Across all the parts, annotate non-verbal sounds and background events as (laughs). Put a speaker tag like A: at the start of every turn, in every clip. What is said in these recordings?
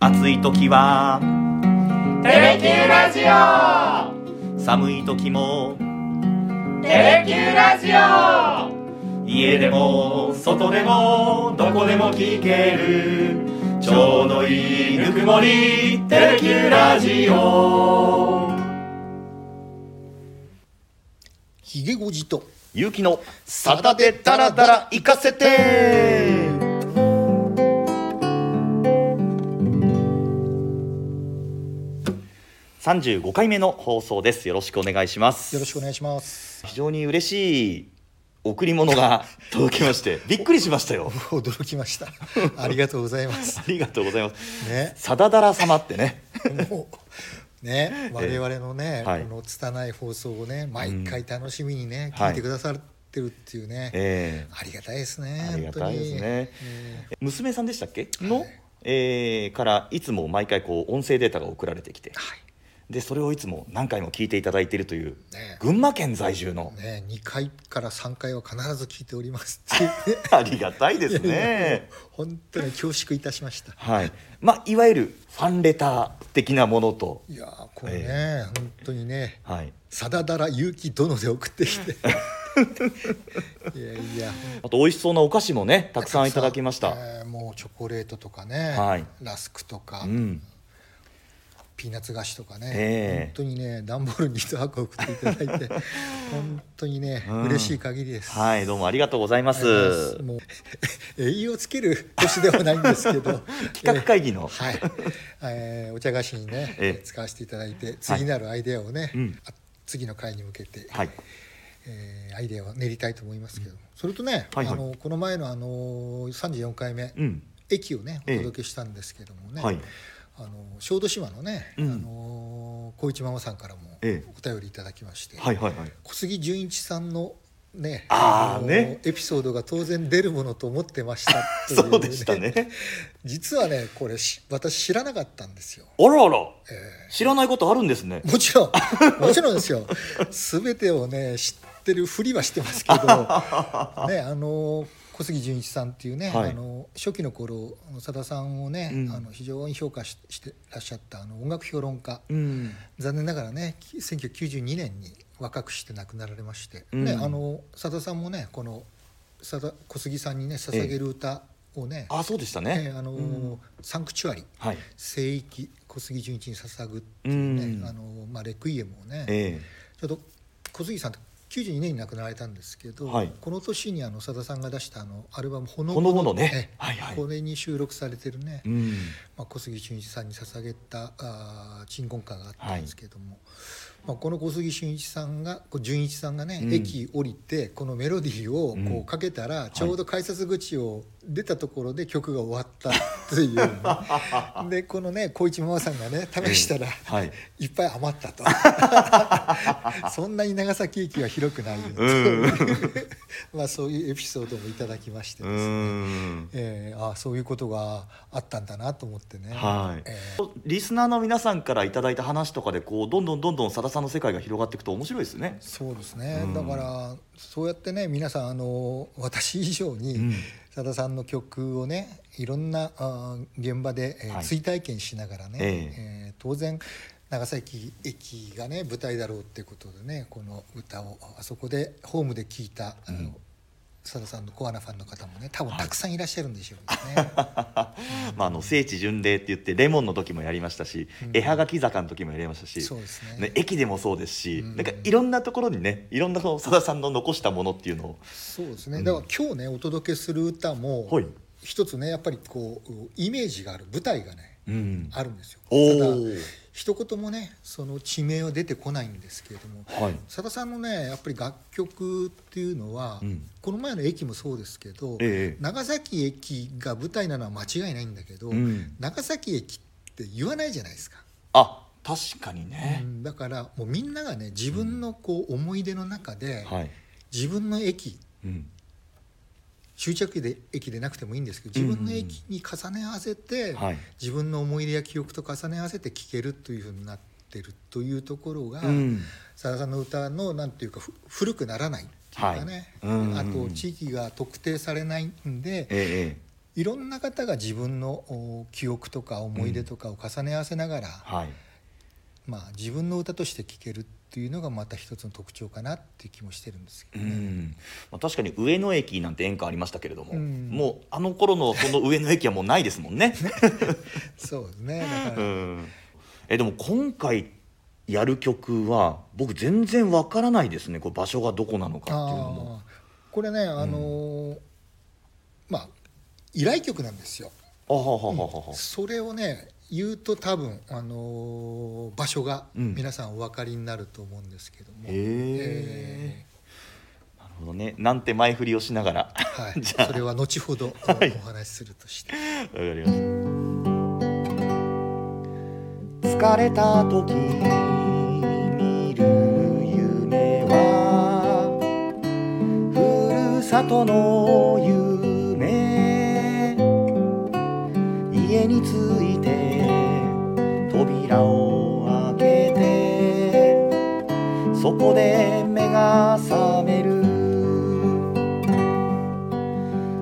A: 暑い時は
B: テレキューラジオ
A: 寒い時も
B: テレキューラジオ
A: 家でも外でもどこでも聞けるちょうどいいぬくもりテレキューラジオ
C: ひげごじと
A: ゆうきのサタでダラダラ行かせて35回目の放送ですよろしくお願いします
C: よろしくお願いします
A: 非常に嬉しい贈り物が (laughs) 届きましてびっくりしましたよ
C: 驚きました (laughs) ありがとうございます
A: ありがとうございます
C: ね
A: サダダラ様ってね
C: (laughs) もうね我々のね、
A: はい
C: この拙い放送をね毎回楽しみにね、
A: うん
C: 聞いてくださってるっていうね、
A: え
C: ありがたいです
A: え
C: ね
A: ありがたいですね、
C: え
A: 娘さんでしたっけの、えーからいつも毎回こう音声データが送られてきて、でそれをいつも何回も聞いていただいているという、
C: ね
A: 群馬県在住の
C: (laughs) 本当、にね2回から3回は必ず聞いておりますっていう (laughs) ね
A: ありがたいですね
C: 本当に恐縮いたしました
A: はいまあいわゆるファンレター的なものと、
C: いやーこれね、本当にね
A: はい、
C: さだだら勇気殿で送ってき (laughs) ていやいや
A: あと美味しそうなお菓子もねたくさんいただきました、
C: えーもうチョコレートとかね、
A: はい
C: ラスクとか、
A: うん
C: ピーナッツ菓子とかね、
A: ええ
C: 本当にね段ボールに一箱送っていた
A: (laughs)
C: だいて本当にね、
A: うん
C: 嬉しい限りです。
A: はいどうもありがとうございま
C: あ
A: す
C: りがとうございますもう栄養をつける年ではないんですけど
A: (laughs) 企画会議の
C: えーはい、えーお茶菓子にね、
A: ええ
C: 使わせていただいて次なるアイデアをね、
A: うん
C: あ次の回に向けて、
A: はい
C: えーアイデアを練りたいと思いますけども、それとね、
A: はいはい
C: あのこの前のあの34回目、
A: うん
C: 駅をねお
A: ええ
C: 届けしたんですけどもね、
A: はい
C: あの小豆島のね、
A: うん
C: あの小一ママさんからもお
A: ええ
C: 便りいただきまして、
A: はいはいはい
C: 小杉純一さんのね
A: あー
C: の
A: ね
C: エピソードが当然出るものと思ってましたという、
A: そうでしたね
C: 実はねこれし私知らなかったんですよ、
A: あらあら
C: え
A: 知らないことあるんですね
C: えもちろんもちろんですよ全てをね知ってるふりはしてますけどねあの小杉純一さんっていうね、
A: はい
C: あの初期の頃あのさださんをね、
A: うん
C: あの非常に評価ししてらっしゃったあの音楽評論家、
A: うん
C: 残念ながらねき1992年に若くして亡くなられまして、
A: うん
C: ね、あのさださんもねこのさだ小杉さんにね捧げる歌をね、
A: あそうでした
C: え
A: ね
C: えあの
A: うん
C: サンクチュアリ
A: はい
C: 聖域小杉純一に捧ぐっていうね、
A: うん
C: あのまあ、レクイエムをね、
A: え
C: ちょっと小杉さんって92年に亡くなられたんですけど、
A: はい
C: この年にあのさださんが出したあのアルバム「ほの
A: ほのぼのね
C: ええ
A: はいはい
C: これに収録されてるね、
A: えうん
C: まあ、小杉俊一さんに捧げたあー鎮魂歌があったんですけども、まあ、この小杉俊一さんがこう純一さんがね、
A: うん
C: 駅降りてこのメロディー
A: う
C: をこ
A: ん
C: うかけたら、ちょうど改札口を出たところで曲が終わったっていう、
A: (laughs)
C: でこのね小市ママさんがね試したら、
A: はい
C: いっぱい余った
A: (laughs)
C: とそんなに長崎駅は広くないよ、
A: うん
C: (laughs) まあそういうエピソードもいただきまして
A: う
C: ですね、
A: ん
C: えー、あそういうことがあったんだなと思ってね、
A: はい
C: え
A: リスナーの皆さんからいただいた話とかでこうどんどんどんどんさださんの世界が広がっていくと面白いですよね
C: ーそうですね、
A: うん
C: だからそうやってね皆さんあの私以上
A: うん
C: にさださんの曲をねいろんなあー現場で、えー
A: はい
C: 追体験しながらね、
A: え
C: えー当然長崎駅がね舞台だろうってことでねこの歌をあそこでホームで聴いたあの、
A: うん
C: さださんのコアなファンの方もね多分たくさんいらっしゃるんでしょうね。
A: まああの聖地巡礼って言ってレモンの時もやりましたし
C: うん
A: 絵はがき坂の時もやりましたし
C: そうですね
A: ね駅でもそうですし
C: うん
A: なんかいろんなところにねいろんなこのさださんの残したものっていうのを
C: そうです
A: うん
C: ね。だから今日ねお届けする歌も
A: はい
C: 一つねやっぱりこうイメージがある舞台がね
A: うん
C: あるんですよ。
A: お
C: ただ
A: お
C: 一言もねその地名は出てこないんですけれども、
A: はい
C: さださんのねやっぱり楽曲っていうのは、
A: うん
C: この前の駅もそうですけど、
A: ええ
C: 長崎駅が舞台なのは間違いないんだけど、
A: うん
C: 長崎駅って言わないじゃないですか。
A: あ確かに
C: う
A: ね
C: んだからもうみんながね自分のこう思い出の中で、
A: はい
C: 自分の駅
A: うん
C: 終着で駅でなくてもいいんですけど自分の駅に重ね合わせて、
A: はい
C: 自分の思い出や記憶と重ね合わせて聴けるというふうになってるというところが
A: うん
C: さだ、さんの歌のなんていうかふ古くならないっていうかね、
A: はいうん
C: あと地域が特定されないん
A: え
C: で
A: えええ
C: いろんな方が自分のお記憶とか思い出とかを重ね合わせながら、
A: はい
C: まあ、自分の歌として聴けるっていうのがまた一つの特徴かなっていう気もしてるんですけ
A: う
C: どね。
A: んまあ、確かに上野駅なんて演歌ありましたけれども、
C: うん
A: もうあの頃のその上野駅はもうないですもん
C: (laughs)
A: ね。
C: そうですねだ
A: う
C: から
A: ん、えでも今回やる曲は僕全然わからないですねこう場所がどこなのかっていうのも。
C: あーこれね、あのーまあ依頼曲なんですよ。
A: あははははは
C: それをね言うと多分、あのー場所が
A: うん
C: 皆さんお分かりになると思うんですけども、
A: へえなるほどねなんて前振りをしながら (laughs)
C: えーはい、
A: じゃあ
C: それは後
A: (laughs)
C: ほどお,、話しするとして
A: わかりました疲れた時見る夢はふるさとの夢家に着いて扉を開けてそこで目が覚める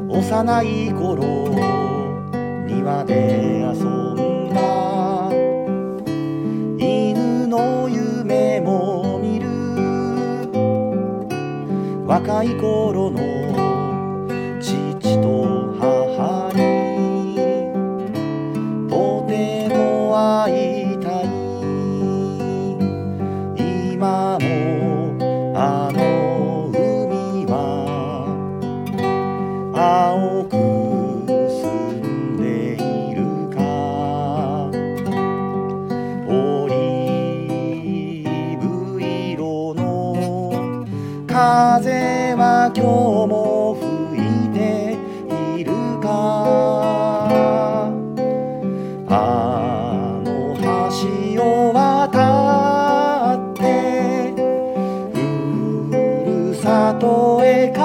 A: 幼い頃庭で遊んだ犬の夢も見る若い頃の父と母にとても会いたい今もあの海は青く澄んでいるかオリーブ色の風は今日も吹いているかあの橋を渡ってふるさとへ帰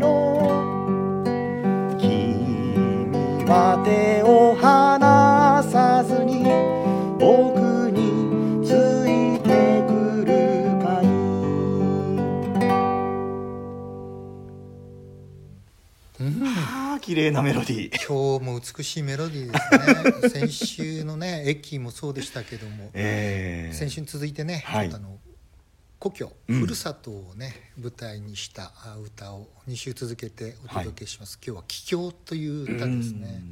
A: ろう君は手を離さずに僕についてくるかいああ綺麗なメロディー
C: 今日も美しいメロディーです
A: (laughs)
C: ね先週のね駅もそうでしたけども、
A: ええ
C: 先週に続いてね、
A: はい
C: ちょっとあの故郷、
A: うん
C: ふるさとをね舞台にしたあ歌を2週続けてお届けします、今日は「帰郷」という歌ですね。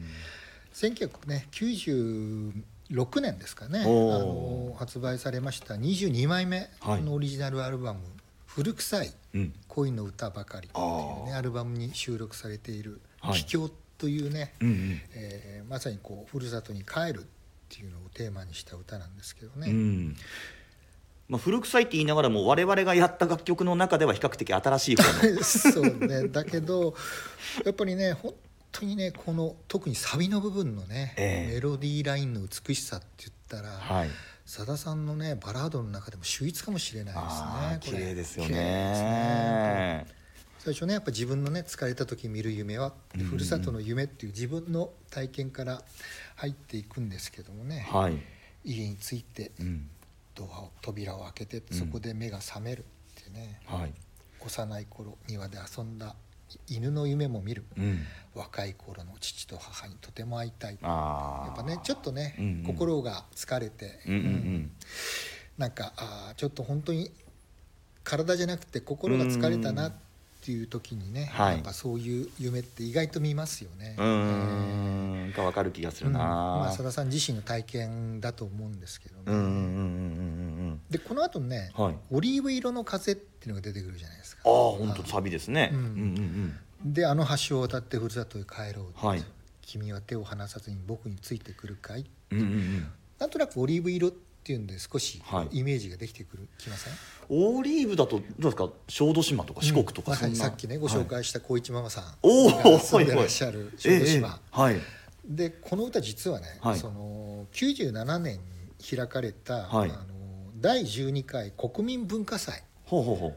C: 1996年ですかねあ
A: おー
C: の発売されました22枚目
A: はい
C: のオリジナルアルバム「古臭い
A: うん、うん
C: 恋の歌ばかり」っていうね
A: あ
C: アルバムに収録されている「
A: はい
C: 帰郷」というね、
A: うんうん
C: えーまさにこうふるさとに帰るっていうのをテーマにした歌なんですけど
A: う
C: ね、
A: んまあ、古臭いって言いながらも我々がやった楽曲の中では比較的新しい
C: (laughs)
A: 方の
C: そうねだけどやっぱりね本当にねこの特にサビの部分のね、
A: ええ
C: メロディーラインの美しさって言ったら、
A: はい
C: さださんのねバラードの中でも秀逸かもしれない
A: ああ
C: です
A: 綺
C: ねこれ
A: 麗ですよ
C: 綺麗ですね
A: ね
C: 最初ねやっぱ自分のね疲れた時見る夢は、
A: うん
C: ふるさとの夢っていう自分の体験から入っていくんですけどもね、
A: はい、
C: 家に着いて
A: うん
C: ドアを扉を開けて
A: うん
C: そこで目が覚めるってね、
A: はい
C: 幼い頃庭で遊んだ犬の夢も見る、
A: うん、
C: 若い頃の父と母にとても会いたいや
A: ああ
C: っぱねちょっとね、
A: うんうん
C: 心が疲れて、
A: うんうんうん
C: なんかあーちょっと本当に体じゃなくて心が疲れたなっていう時にね、
A: はい
C: やっぱそういう夢って意外と見ますよね。
A: うーんが分かる気がす
C: う
A: る
C: ん
A: な、
C: まあ、佐田さん自身の体験だと思うんですけどね、
A: うんうんうんうん
C: でこの後にね、
A: うんはい
C: オリーブ色の風」っていうのが出てくるじゃないですか
A: ああ本当サビですね、
C: う
A: うんん、うんうん
C: で「あの橋を渡ってふるさとへ帰ろう」
A: はい
C: 君は手を離さずに僕についてくるかい?
A: うんうんうん」
C: なんとなくオリーブ色っていうんで少し
A: はい
C: イメージができてくる、きません
A: オリーブだとどうですか小豆島とか四国とか
C: まさ
A: そんな、
C: にさっきねご紹介した小一ママさん
A: おー
C: が住んでらっしゃる小豆島、
A: はい、ええええはい
C: でこの歌実はね、
A: はい
C: その97年に開かれた、
A: はい
C: あの第12回国民文化祭
A: ほうほうほう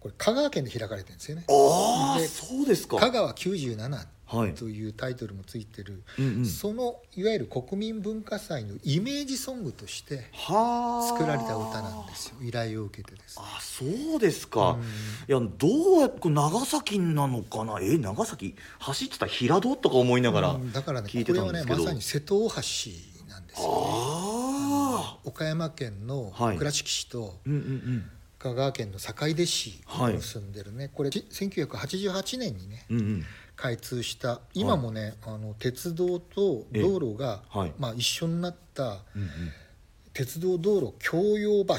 C: これ香川県で開かれてるんですよね
A: ああ
C: で
A: そうですか
C: 香川97っ
A: はい
C: というタイトルもついてる、
A: うんうん
C: そのいわゆる国民文化祭のイメージソングとして
A: はあ
C: 作られた歌なんですよ依頼を受けてですね
A: あそうですか、
C: うん
A: いやどうやこれ長崎なのかなえ長崎走ってた平戸とか思いながら、
C: うんだからね
A: 聞いてたんですけど
C: これはねまさに瀬戸大橋なんですよ
A: ああ
C: 岡山県の
A: はい
C: 倉敷市と
A: うんうんうん
C: 香川県の坂出市を結んでるね、これ1988年にね
A: うんうん
C: 開通した今もね、あの鉄道と道路が、
A: えはい
C: まあ、一緒になった
A: うんうん
C: 鉄道道路共用橋っ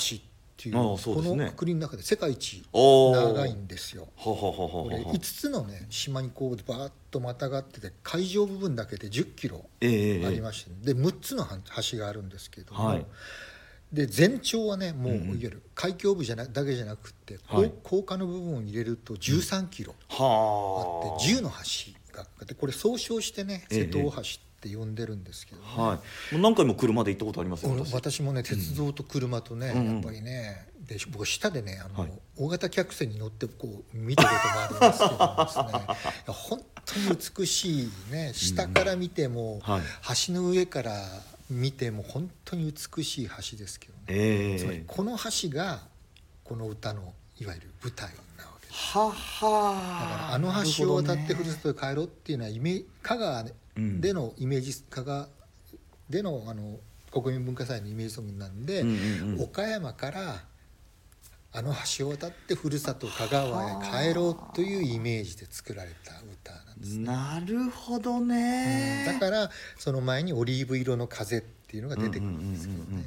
C: ていう
A: ああそう
C: こ
A: ですね
C: の国の中で世界一
A: おー
C: 長いんですよ。
A: はははは
C: こ
A: は
C: れ5つのね島にこうバーッとまたがってて海上部分だけで10キロ
A: ええええ
C: ありまして、で6つの橋があるんですけども、
A: はい
C: で全長はねもうい
A: うんうん
C: わゆる海峡部じゃなだけじゃなくて、
A: は
C: 高
A: い
C: 高架の部分を入れると13キロあ
A: はあ
C: って10の橋があってこれ総称してね
A: ええ
C: 瀬戸大橋って呼んでるんですけどね、
A: はいもう何回も車で行ったことありますよ
C: 俺
A: 私
C: 私もね鉄道と車とね、
A: うん
C: やっぱりねで僕下でねあの、
A: はい
C: 大型客船に乗ってこう見たこともあるんですけどもですねいや本当に美しいね下から見ても、
A: はい
C: 橋の上から見ても本当に美しい橋ですけどね、
A: え
C: つまり
A: え
C: この橋がこの歌のいわゆる舞台なわけです
A: は
C: だから
A: は
C: あの橋を渡ってふ
A: な
C: る
A: る
C: さとへ帰ろうっていうのはイメージ香川
A: うん
C: でのイメージ、香川でのあの国民文化祭のイメージソングなんで、
A: うんうんうん
C: 岡山からあの橋を渡ってふるさと香川へ帰ろうというイメージで作られた歌なんです、
A: ほどねなるほど
C: うん
A: ね、
C: だからその前に「オリーブ色の風」っていうのが出てくるんですけどね、
A: うんうんうんうん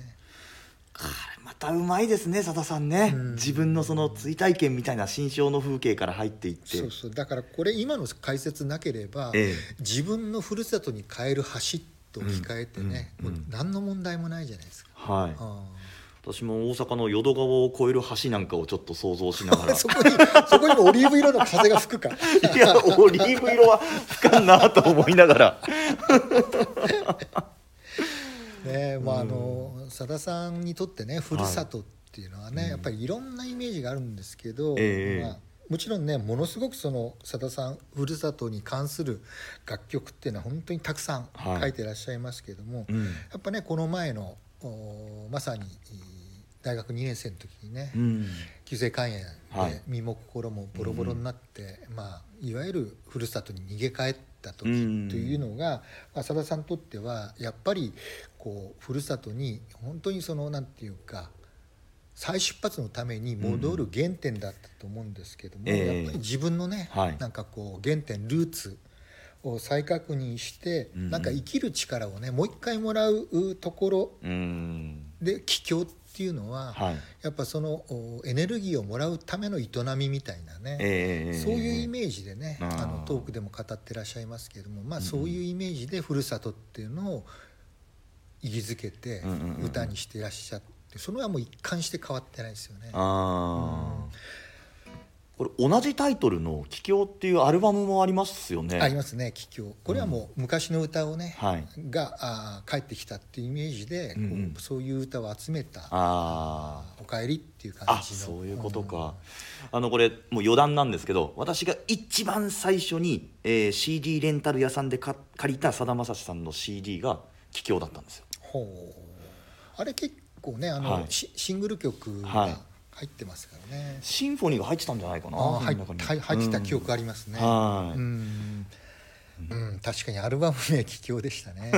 A: またうまいですねさださんね、
C: うん
A: 自分のその追体験みたいな心象の風景から入っていって
C: そうそうだからこれ今の解説なければ、
A: ええ
C: 自分のふるさとに変える橋と置き換えてね、
A: うんうん
C: もう何の問題もないじゃないですか。
A: はい
C: あ
A: 私も大阪の淀川を越える橋なんかをちょっと想像しなが
C: あ
A: ら
C: (laughs) そこにそこにもオリーブ色の風が吹くか
A: いやオリーブ色は不かんなと思いながら
C: ねまああのさださんにとってねふるさとっていうのはね、やっぱりいろんなイメージがあるんですけど、
A: ええ
C: まあ、もちろんねものすごくそのさださんふるさとに関する楽曲っていうのは本当にたくさん
A: はい
C: 書いてらっしゃいますけども、
A: うん
C: やっぱねこの前のおまさにえー大学2年生の時にね、
A: うん
C: 急性肝
A: は
C: 炎
A: い
C: で身も心もボロボロになって、まあ、いわゆるふるさとに逃げ帰った時と
A: うん
C: いうのが浅田さんにとってはやっぱりこうふるさとに本当にそのなんていうか再出発のために戻る原点だったと思うんですけども、
A: うんええ
C: やっぱり自分のね、
A: はい
C: なんかこう原点ルーツを再確認して、
A: うん
C: なんか生きる力をねもう一回もらうところ
A: うん
C: で帰郷っていうのは、
A: はい
C: やっぱそのおエネルギーをもらうための営みみたいなね、
A: ええ
C: そういうイメージでね、
A: あー
C: あのトークでも語ってらっしゃいますけれども、まあ、
A: うんうん
C: そういうイメージでふるさとっていうのを意義づけて
A: うんうんうん
C: 歌にしてらっしゃって、そのはもう一貫して変わってないですよね。
A: ああこれ同じタイトルの「帰郷」っていうアルバムもありますよね
C: ありますね「帰郷」これはもう昔の歌をね、
A: はい
C: があー帰ってきたっていうイメージで、こう
A: うんうん
C: そういう歌を集めた
A: ああ
C: 「おかえり」っていう感
A: あ
C: じの
A: そういうことか、あのこれもう余談なんですけど私が一番最初に、えー CD レンタル屋さんでか借りたさだまさしさんの CD が貴重だったんですよ
C: ほうあれ結構ねあの、
A: はい
C: シシングル曲
A: は
C: が
A: い
C: 入ってますからね、
A: シンフォニーが入ってたんじゃないかな
C: ああ入っ
A: この中に
C: 入入ってた
A: うん
C: 記憶ありますね、
A: はい
C: うんうん、確かにアルバム名貴重でし
A: (laughs)
C: たね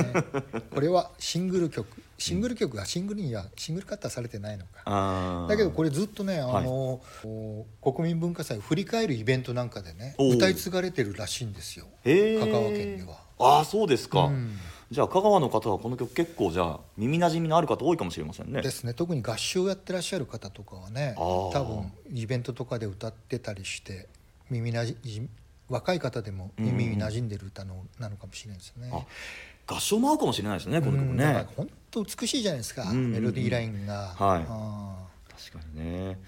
C: これはシングル曲シングル曲がシングルにはシングルカッターされてないのか
A: あー
C: だけどこれずっとねあ
A: はい
C: の、お国民文化祭を振り返るイベントなんかでね
A: おー
C: 歌い継がれてるらしいんですよ
A: へー
C: 香川県では
A: ああそうですか、
C: うん
A: じゃあ香川の方はこの曲結構じゃあ耳なじみのある方多いかもしれませんね
C: (laughs) ですね特に合唱をやってらっしゃる方とかはね
A: あー
C: 多分イベントとかで歌ってたりして耳なじ若い方でも耳に馴染んでる歌の、なのかもしれないですね。
A: あ合唱も合うかもしれないですねこの曲
C: うんだから
A: ね
C: 本当美しいじゃないですか、
A: うんうんうん
C: メロディーラインが。
A: はい
C: あ
A: 確かにね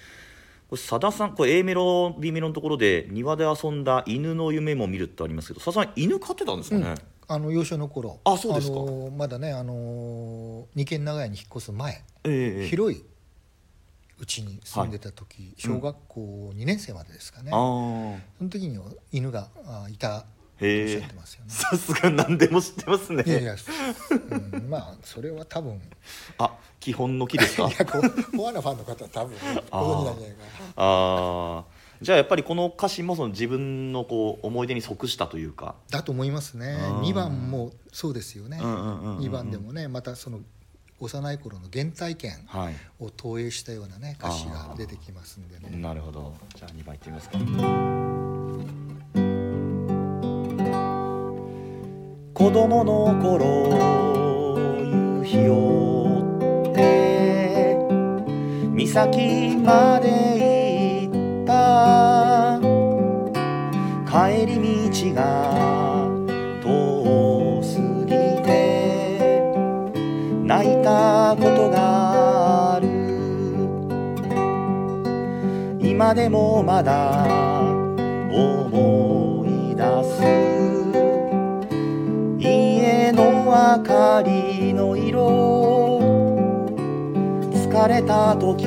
A: これさださんこれ A メロ B メロのところで庭で遊んだ犬の夢も見るってありますけどさださん犬飼ってたんですかね、
C: ーあの幼少の頃
A: あそうですか
C: あのーまだね、あのー二軒長屋に引っ越す前、
A: ええ
C: 広いうちに住んでた時、小学校2年生までですかね、
A: ああ
C: その時には犬があいたおっし
B: へえ
C: ゃってますよね。
B: さすが何でも知ってますね
C: いやいや、うん、まあそれは多分い
B: あ基本の木ですか
C: やこうコアなファンの方は多分
B: あー
C: ご存じなんじゃないかな
B: あーじゃあやっぱりこの歌詞もその自分のこう思い出に即したというか
C: だと思いますね
B: うん
C: 2番もそうですよね、
B: うんうんうんうん
C: 2番でもねまたその幼い頃の原体験
B: はい
C: を投影したようなね歌詞が出てきますんでね
B: なるほどじゃあ2番いってみますか
A: 子供の頃夕日を追って岬まで行った帰り道が遠すぎて泣いたことがある今でもまだ思い出す家の明かりの色疲れた時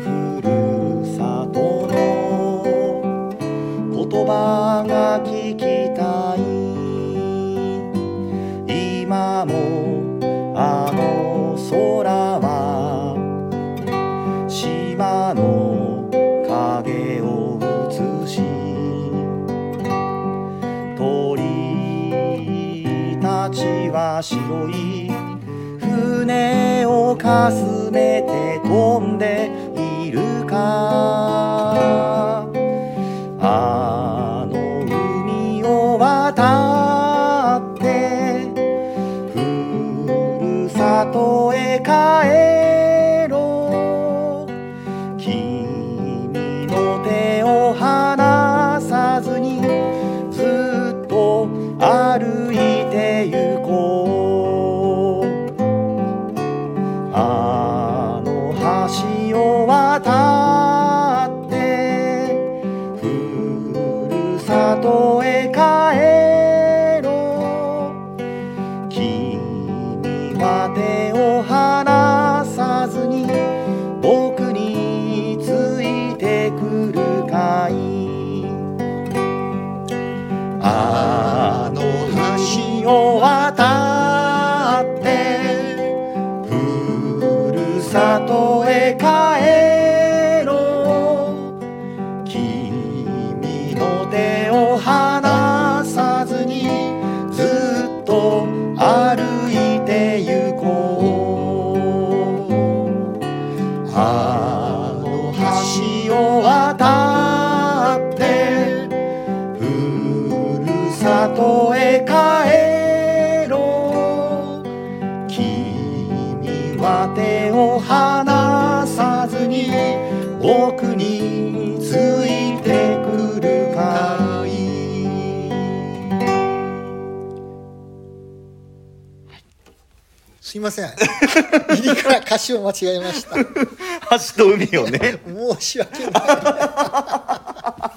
A: ふるさとの言葉が聞きたい今もあの空は島の影を映し鳥たちは白い船をかすめて飛んでいるかあの海を渡ってふるさとへ帰ろう君の手を離さずにずっと歩いてゆこうあの橋を渡ってふるさとへ帰ろう君は手を離さずに僕についてくるかいあの橋を渡ってふるさとへ帰ろう君の手を離さずにずっと歩いてゆこうあの橋を渡ってふるさとへ帰ろう君は手を離さずに僕についてくるかい
C: すいま
B: (laughs)
C: せん入りから歌詞を間違えました
B: 橋と海をね
C: 申し訳な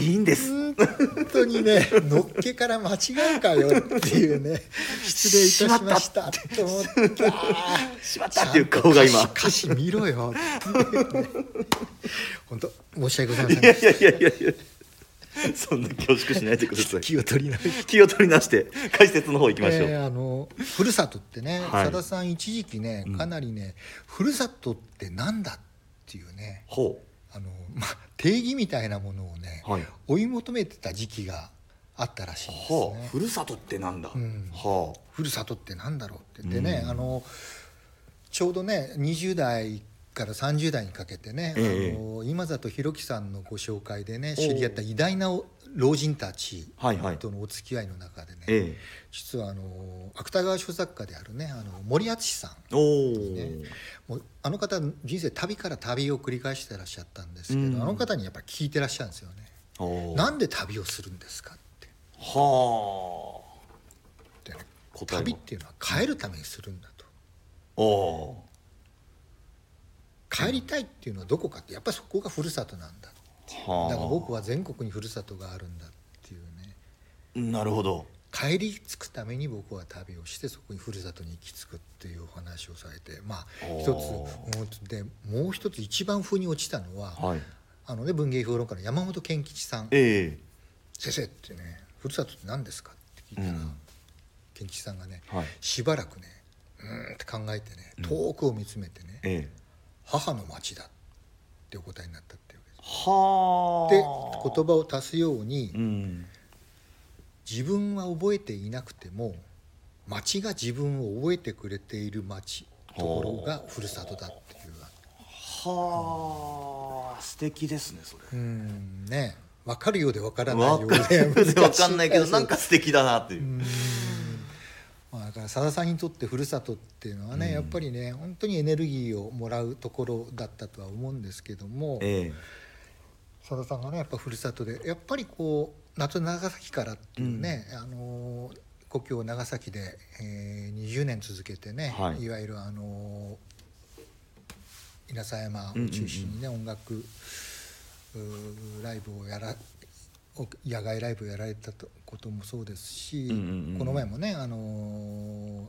C: い
B: いいんです
C: 本当にねのっけから間違うかよっていうね失礼いたしましたと思って
B: しまったっていう顔が今
C: ちゃんと歌詞歌詞見ろよ本当申し訳ございません
B: い
C: で
B: や
C: し
B: いやいやいやいやそんな恐縮しないでくださ
C: た
B: い
C: 気を取り直して
B: 気を取り直して解説の方行きましょう、
C: えーあのふるさとってね、
B: はい
C: さださん一時期ねかなりね、ふるさとってなんだっていうね
B: ほ
C: あの、まあ、定義みたいなものをね、
B: はい
C: 追い求めてた時期があったらしいん
B: う
C: です
B: ほう、
C: ね。
B: ふるさとってなんだ、
C: ん
B: はあ
C: ふるさとってなんだろうってでね、
B: うん
C: あのちょうどね20代から30代にかけてね、
B: ええ
C: あの今里博樹さんのご紹介でね
B: おう
C: 知り合った偉大な老人たち
B: はいはい
C: とのお付き合いの中でね、
B: え
C: 実はあの芥川賞作家であるねあの森敦さん
B: えおお、
C: ねもうあの方人生旅から旅を繰り返してらっしゃったんですけど、
B: うん
C: あの方にやっぱり聞いてらっしゃるんですよね。
B: おー
C: なんで旅をするんですかって
B: はあ
C: でね
B: 答え
C: 旅っ
B: も
C: ていうのは帰るためにするんだと。
B: おお
C: 帰りたいっていうのはどこかってやっぱりそこがふるさとなんだ
B: ーはあ
C: だから僕は全国にふるさとがあるんだっていうね
B: なるほど
C: 帰り着くために僕は旅をしてそこにふるさとに行き着くっていうお話をされてまあ
B: おー
C: 一つうんでもう一つ一番腑に落ちたのは、
B: はい
C: あのね文芸評論家の山本健吉さん
B: ええ
C: 先生ってねふるさとって何ですか?」って聞いたら、
B: うん
C: 賢吉さんがね
B: はい
C: しばらくねうーんって考えてね遠くを見つめてね「
B: ええ
C: 母の町だ」ってお答えになったっていうわけです。
B: はあ
C: で言葉を足すように、
B: うん
C: 自分は覚えていなくても町が自分を覚えてくれている町ところがふるさとだっていう
B: はあ素敵ですねそれ
C: うんね分かるようで分からないよ
B: わ
C: う
B: か
C: で難
B: (laughs)
C: し
B: わかんないけどなんか素敵だなっていううん
C: まあだからさださんにとってふるさとっていうのはね、
B: うん
C: やっぱりね本当にエネルギーをもらうところだったとは思うんですけども
B: ええ
C: さださんがねやっぱふるさとでやっぱりこう夏長崎からっていうね、あのー故郷長崎で、えー20年続けてね、
B: はい
C: い、わゆるあのー稲佐山を中心にね、音楽うーライブをやらお野外ライブをやられたとこともそうですし、
B: うんうんうん
C: この前もねあのー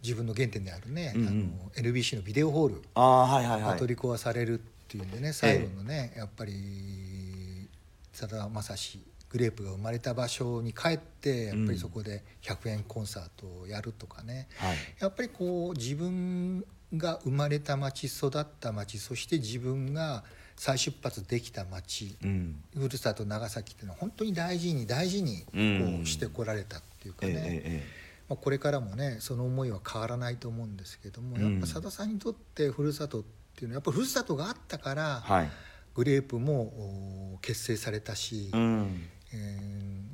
C: 自分の原点であるね、
B: うんうん
C: あの NBC のビデオホール、
B: ああはいはいは
C: まあ
B: い
C: 取り壊されるっていうんでね最後のね、やっぱりさだまさしグレープが生まれた場所に帰ってやっぱりそこで100円コンサートをやるとかね、
B: はい
C: やっぱりこう自分が生まれた町育った町そして自分が再出発できた町
B: うん
C: ふるさと長崎っていうのは本当に大事に大事にこ
B: うん
C: うしてこられたっていうか
B: ええ
C: ね、
B: え
C: まあ、これからもねその思いは変わらないと思うんですけども
B: うん
C: やっぱさださんにとってふるさとっていうのはやっぱふるさとがあったか
B: え
C: ら
B: はい
C: グレープもお結成されたし、
B: うん
C: え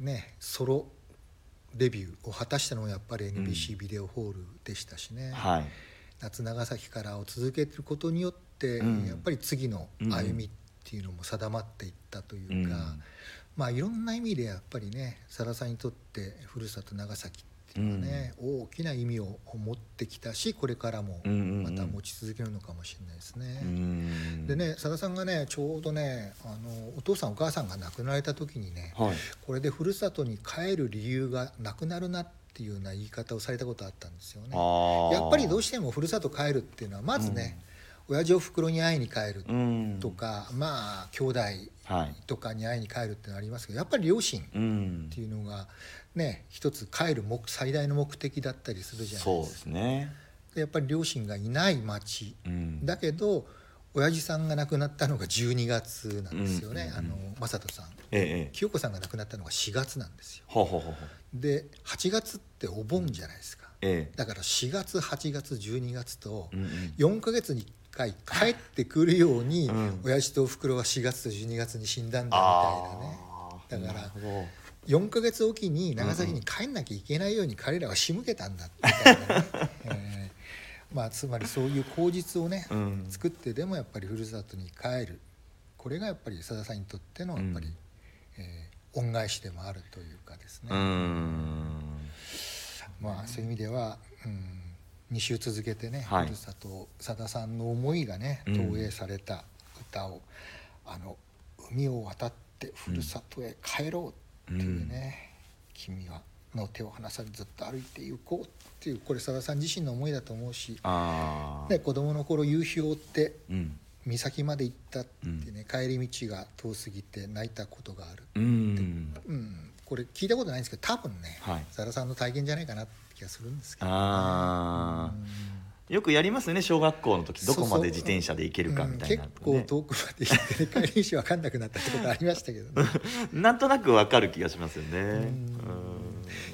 C: ーね、ソロデビューを果たしたのもやっぱり
B: う
C: NBC ビデオホールでしたしね、
B: はい
C: 夏長崎からを続けてることによって、
B: うん
C: やっぱり次の歩みっていうのも定まっていったというか、
B: うん
C: まあいろんな意味でやっぱりねさださんにとってふるさと長崎っていうのはね、大きな意味を持ってきたしこれからも
B: うんうんうん
C: また持ち続けるのかもしれないですね。
B: うん
C: でねさださんがねちょうどねあのお父さんお母さんが亡くなられた時にね、
B: はい
C: これでふるさとに帰る理由がなくなるなっていうような言い方をされたことあったんですよね。
B: ああ
C: やっぱりどうしてもふるさと帰るっていうのはまずね、親父を袋に会いに帰る
B: うん
C: とか、まあ兄弟
B: はい
C: とかに会いに帰るっていうのはありますけどやっぱり両親っ
B: うん
C: ていうのがね一つ帰る目最大の目的だったりするじゃない
B: そう
C: で
B: です
C: か。
B: すね
C: でやっぱり両親がいない町
B: うん
C: だけど親父さんが亡くなったのが12月なんですよね、
B: うんうんうん
C: あの正人さん
B: ええええ
C: 清子さんが亡くなったのが4月なんですよ
B: ほうほうほうほう
C: で8月ってお盆じゃないですか、
B: ええ
C: だから4月8月12月と
B: うんうん
C: 4ヶ月に1回帰ってくるように、
B: うん
C: 親父とおふくろは4月と12月に死んだんだみたいなね
B: ああ
C: だから
B: なるほど
C: 4ヶ月おきに長崎に帰んなきゃいけないように彼らは仕向けたんだ
B: (laughs)
C: みたいなね、えーまあ、つまりそういう口実をね、
B: うん
C: 作ってでもやっぱりふるさとに帰るこれがやっぱりさださんにとってのやっぱり、
B: うん
C: えー恩返しでもあるというかですね、
B: うん
C: まあ、そういう意味では、うん、2週続けてね、
B: はい
C: ふるさとさださんの思いがね
B: うん
C: 投影された歌を「あの海を渡ってふるさとへ帰ろう」っていうね「君はの手を離さずずっと歩いて行こう」っていうこれさださん自身の思いだと思うし、
B: ああ
C: ね、子供の頃夕日を追って
B: うん
C: 岬まで行ったってね、帰り道が遠すぎて泣いたことがある
B: うん
C: うん、これ聞いたことないんですけど多分ね
B: はい
C: さだ、さんの体験じゃないかなって気がするんですけど、
B: ああよくやりますよね小学校の時どこまで自転車で行けるかみたいな、ね
C: うん結構遠くまで行って、ね、帰り道分かんなくなったってことありました
B: (laughs)
C: けど、ね、
B: なんとなくわかる気がしますよね
C: ん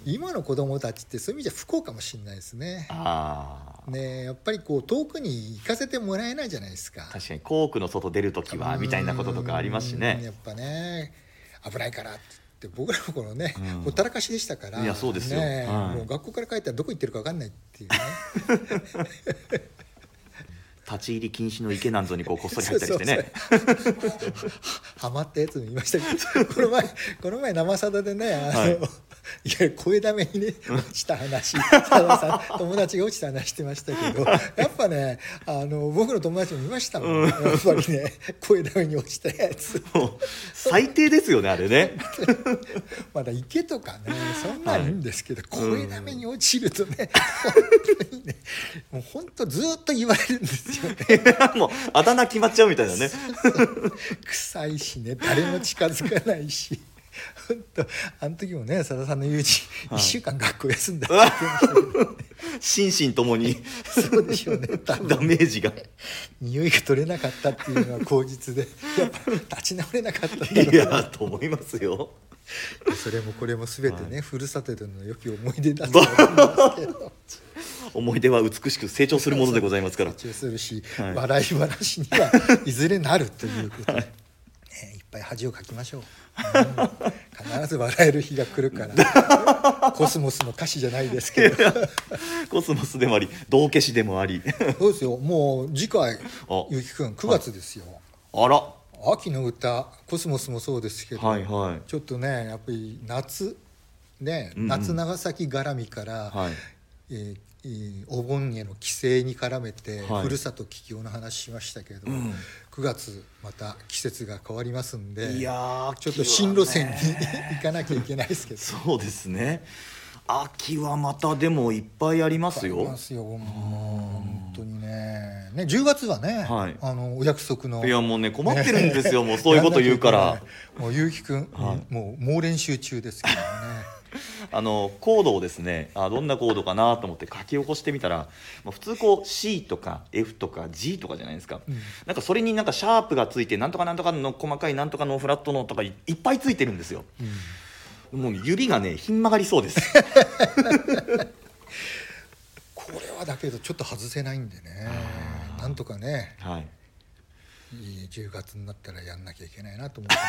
C: 今の子供たちってそういう意味じゃ不幸かもしれないですね。
B: ああ
C: ねえやっぱりこう遠くに行かせてもらえないじゃないですか。
B: 確かに校区の外出る時はみたいなこととかありますし
C: うんや
B: ね
C: っぱね危ないからって言って僕らの頃ね、
B: うん
C: ほったらかしでしたから
B: いやそうですよ
C: ねえ
B: はい
C: もう学校から帰ったらどこ行ってるか分かんないっていうね。
B: 立ち入り禁止の池なんぞにこうこっそり入ったりしてね
C: ハマったやつもいましたけど (laughs) この前この前生さだでねあの、
B: はい
C: (laughs) い、や声だめにね落ちた話さださん (laughs) 友達が落ちた話してましたけどやっぱねあの僕の友達もいましたもん、やっぱりね声だめに落ちたやつ
B: もう最低ですよねあ
A: (laughs)
B: れね
C: まだ池とかねそんなんいいんですけど、
B: いうん
C: 声だめに落ちるとね本当にねもう本当ずっと言われるんですよね
B: もうあ
C: (laughs)
B: だ名決まっちゃうみたいなね
C: 臭いしね誰も近づかないしほんとあの時もねさださんの友人、一
A: はい
C: 週間学校休んだって言ってまし
A: 心身ともに
C: たけどそうで
A: (laughs)
C: しょうね多
A: ダ
C: 分
A: メージが
C: 匂いが取れなかったっていうのは口
A: (laughs)
C: 実でやっぱ立ち直れなかったんだろう
A: いやと思いますよ
C: それもこれも全てね、ふるさとでの良き思い出だと
A: ば
C: 思うんですけど
A: 思い出は美しく成長するものでございますから
C: 成長するし、
A: はい
C: 笑い話にはいずれなるということで、ね、いっぱい恥をかきましょう、うん必ず笑える日が来るか
A: (laughs)
C: らコスモスの歌詞じゃないですけど
A: コスモスでもあり道化師でもあり
C: そうですよもう次回
A: あ
C: ゆきくん9月ですよ、
A: あら
C: 秋の歌コスモスもそうですけど、
A: はいはい
C: ちょっとねやっぱり夏ね、
A: うんうん
C: 夏長崎絡みから、
A: はい
C: えーえーお盆への帰省に絡めて、
A: はい
C: ふるさと帰郷の話しましたけど、
A: ん
C: 9月また季節が変わりますんで
A: いやー
C: ちょっと新路線に
A: 秋はね
C: 行かなきゃいけないですけど。
A: そうですね秋はまたでもいっぱいあります
C: あり
A: よ
C: ますよもう本当にねね10月はね、
A: はい
C: あのお約束の
A: いやもうね困ってるんです
C: (laughs)
A: よもうそういうこと言うか
C: やん
A: ら
C: なきゃいけ (laughs) ないもうゆうきくん、
A: は
C: もう猛練習中ですけどね
A: あのコードをですねあどんなコードかなと思って書き起こしてみたら、まあ、普通こう C とか F とか G とかじゃないですか、
C: ん
A: なんかそれになんかシャープがついてなんとかなんとかの細かいなんとかのフラットのとかいいっぱいついてるんですよ、もう指がねひん曲がりそうです
C: (laughs) これはだけどちょっと外せないんでねなんとかね
A: はい
C: いい10月になったらやんなきゃいけないなと思ってます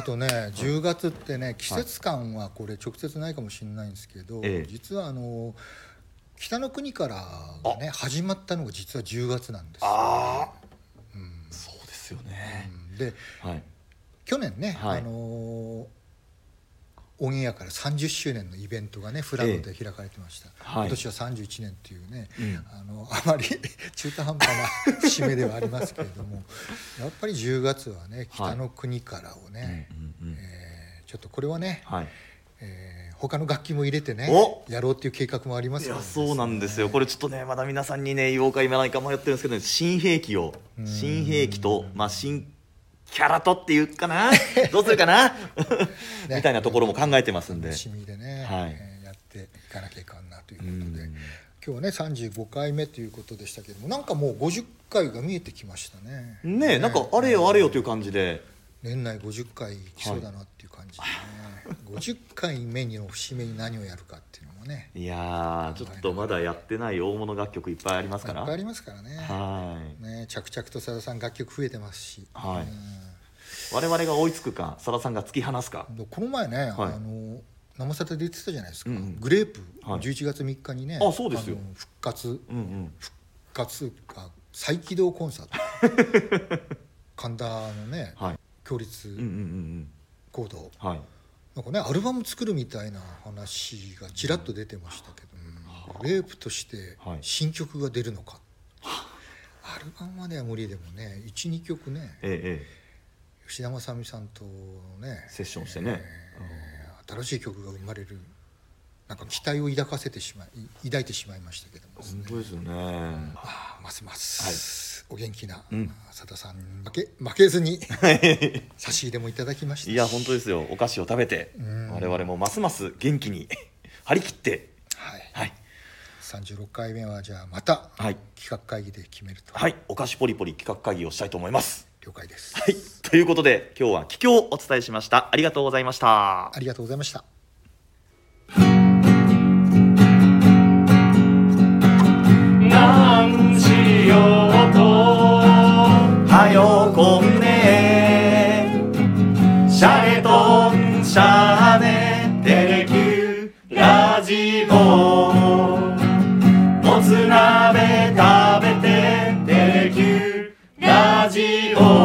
C: あとね10月ってね季節感はこれ直接ないかもしれないんですけど、
A: ええ
C: 実はあの北の国からがね始まったのが実は10月なんですよ
A: ああ、そうですよね、
C: うんで
A: はい
C: 去年ね、
A: はい
C: あのーオンエアから30周年のイベントがねフラノで開かれてました、
A: はい
C: 今年は31年というね、
A: うん
C: あのあまり (laughs) 中途半端な節目ではありますけれどもやっぱり10月はね北の国からをね、
A: うんうんうん
C: えーちょっとこれはね、
A: はい
C: えー他の楽器も入れてね
A: お
C: やろうっていう計画もあります
A: い
C: から
A: や
C: ね
A: そうなんですよこれちょっとねまだ皆さんにね言おうか言わないか迷ってるんですけど、ね、新兵器を新兵器と、まあ、新キャラとっていうかなどうするかな、みたいなところも考えてますんで
C: 楽しみでね、
A: はい
C: えーやっていかなきゃいかんなという
A: う
C: ことで、
A: ん
C: 今日はね35回目ということでしたけどもなんかもう50回が見えてきましたね
A: ねえなんかあれよあれよという感じで
C: 年内50回来そうだなっていう感じでね、50回目の節目に何をやるかっていうのもね
A: いやーちょっとまだやってない大物楽曲いっぱいあります
C: いっ
A: か
C: ぱ
A: ら
C: いありますからね
A: はい
C: ね着々とさださん楽曲増えてますし、
A: はい
C: うん
A: 我々が追いつくかさださんが突き放すか
C: でこの前ね、
A: はい
C: あの生さてで言ってたじゃないですか、
A: うんうん
C: グレープ
A: はい
C: 11月3日にね、
A: あそうですよ
C: の復活
A: うんうん
C: 復活か再起動コンサート (laughs) 神田のね
A: はいうんうんう
C: 共立
A: んうん
C: 行動
A: はい
C: なんかねアルバム作るみたいな話がちらっと出てましたけど、レープとして
A: はい
C: 新曲が出るのか、アルバムまでは無理でもね12曲ね
A: えええ
C: 吉田正美さんとね
A: えセッションしてね、
C: えー新しい曲が生まれるなんか期待を抱かせてしまい抱いてしまいましたけどもですね
A: 本当ですよね、
C: あーますます、お元気な、
A: うん
C: さださん負け負けずに差し入れもいただきましたし
A: いや本当ですよお菓子を食べて
C: ん
A: 我々もますます元気に (laughs) 張り切って
C: はい、
A: はい
C: 36回目はじゃあまた、
A: はい
C: 企画会議で決めると、
A: はいお菓子ポリポリ企画会議をしたいと思います
C: 了解です、
A: はいということで今日は帰況をお伝えしましたありがとうございました
C: ありがとうございました
A: なんしようとはよこんねシャレとんシャーネテレキューラジオもつ鍋食べてテレキューラジオ